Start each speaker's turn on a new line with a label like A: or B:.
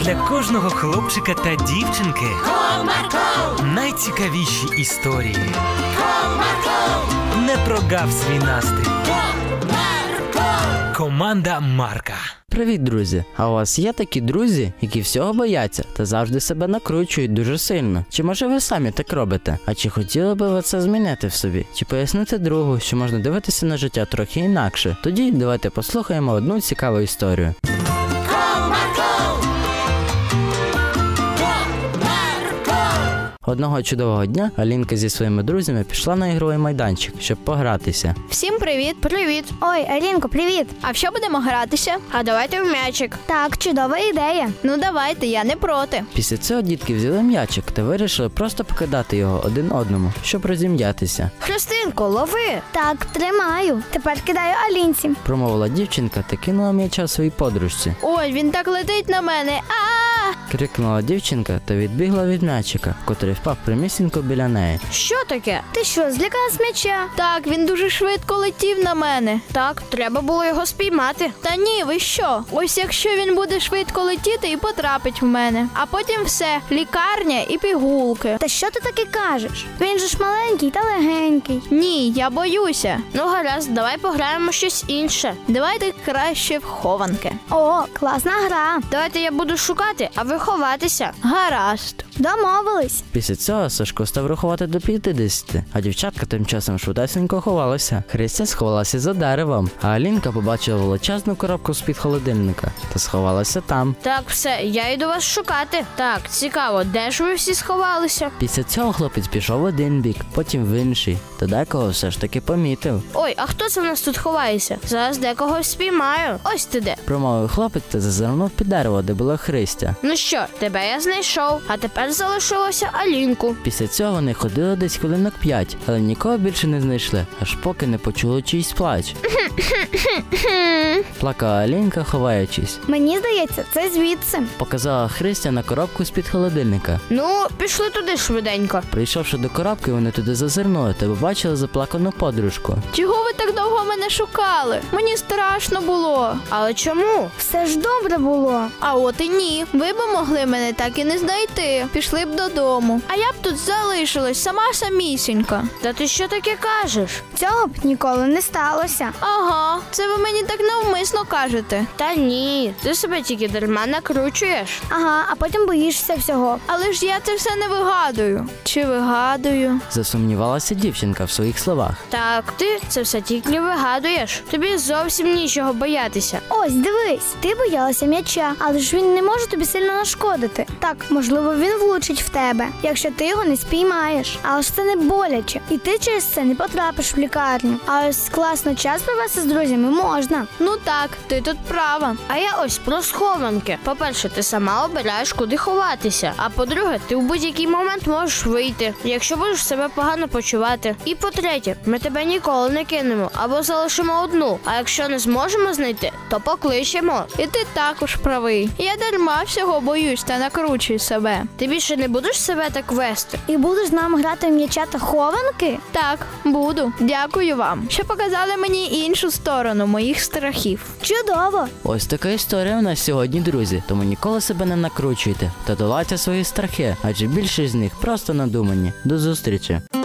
A: для кожного хлопчика та дівчинки
B: Comarco,
A: найцікавіші історії.
B: comarco,
A: Не прогав свій настрій.
B: comarco,
A: Команда Марка.
C: Привіт, друзі! А у вас є такі друзі, які всього бояться та завжди себе накручують дуже сильно? Чи може ви самі так робите? А чи хотіли би ви це змінити в собі? Чи пояснити другу, що можна дивитися на життя трохи інакше? Тоді давайте послухаємо одну цікаву історію.
B: comarco,
C: Одного чудового дня Алінка зі своїми друзями пішла на ігровий майданчик, щоб погратися.
D: Всім привіт!
E: Привіт.
D: Ой, Алінко, привіт!
E: А в що будемо гратися? А давайте в м'ячик.
D: Так, чудова ідея.
E: Ну давайте, я не проти.
C: Після цього дітки взяли м'ячик та вирішили просто покидати його один одному, щоб розім'ятися.
E: Христинко, лови.
D: Так, тримаю. Тепер кидаю Алінці.
C: Промовила дівчинка та кинула м'яча своїй подружці.
E: Ой, він так летить на мене. А
C: Крикнула дівчинка та відбігла від м'ячика, котрий впав примісінько біля неї.
E: що таке?
D: Ти що, злякалась м'яча?
E: Так, він дуже швидко летів на мене. Так, треба було його спіймати. Та ні, ви що? Ось якщо він буде швидко летіти і потрапить в мене. А потім все, лікарня і пігулки.
D: Та що ти таке кажеш? Він же ж маленький та легенький.
E: Ні, я боюся. Ну гаразд, давай пограємо щось інше. Давайте краще в хованки.
D: О, класна гра.
E: Давайте я буду шукати, а ви ховатися. Гаразд.
D: Домовились.
C: Після цього Сашко став рахувати до 50, а дівчатка тим часом швидесенько ховалася. Христя сховалася за деревом, а Алінка побачила величезну коробку з-під холодильника та сховалася там.
E: Так, все, я йду вас шукати. Так, цікаво, де ж ви всі сховалися?
C: Після цього хлопець пішов в один бік, потім в інший, та декого все ж таки помітив.
E: Ой, а хто це в нас тут ховається? Зараз декого спіймаю. Ось ти де.
C: Промовив хлопець та зазирнув під дерево, де була Христя.
E: Ну що, тебе я знайшов, а тепер залишилося Алінку.
C: Після цього вони ходили десь хвилинок 5, але нікого більше не знайшли, аж поки не почули чийсь плач. Плакала Алінка, ховаючись,
D: Мені здається, це звідси.
C: показала Христя на коробку з-під холодильника.
E: Ну, пішли туди швиденько.
C: Прийшовши до коробки, вони туди зазирнули та побачили заплакану подружку.
E: Чого ви так довго мене шукали? Мені страшно було. Але чому?
D: Все ж добре було.
E: А от і ні. Ви б могли мене так і не знайти. Пішли б додому. А я б тут залишилась сама самісінька. Та ти що таке кажеш?
D: Цього б ніколи не сталося.
E: Ага, це ви мені так навмисно кажете. Та ні, ти себе тільки дарма накручуєш.
D: Ага, а потім боїшся всього.
E: Але ж я це все не вигадую. Чи вигадую?
C: Засумнівалася дівчинка в своїх словах.
E: Так, ти це все тільки вигадуєш. Тобі зовсім нічого боятися.
D: Ось, дивись, ти боялася м'яча, але ж він не може тобі сильно нашкодити. Так, можливо, він влучить в тебе, якщо ти його не спіймаєш. Але ж це не боляче, і ти через це не потрапиш в лікарню. А ось класно час провести з друзями можна.
E: Ну так, ти тут права. А я ось про схованки. По-перше, ти сама обираєш, куди ховатися. А по-друге, ти в будь-який момент можеш вийти, якщо будеш себе погано почувати. І по-третє, ми тебе ніколи не кинемо або залишимо одну. А якщо не зможемо знайти, то покличемо. І ти також правий. Я дарма всього боюсь та накручую себе. Ти більше не будеш себе так вести.
D: І будеш з нами грати в м'яча та хованки?
E: Так, буду. Дякую вам, що показали мені іншу сторону моїх страхів.
D: Чудово!
C: Ось така історія у нас сьогодні, друзі. Тому ніколи себе не накручуйте та долайте свої страхи, адже більшість з них просто надумані. До зустрічі!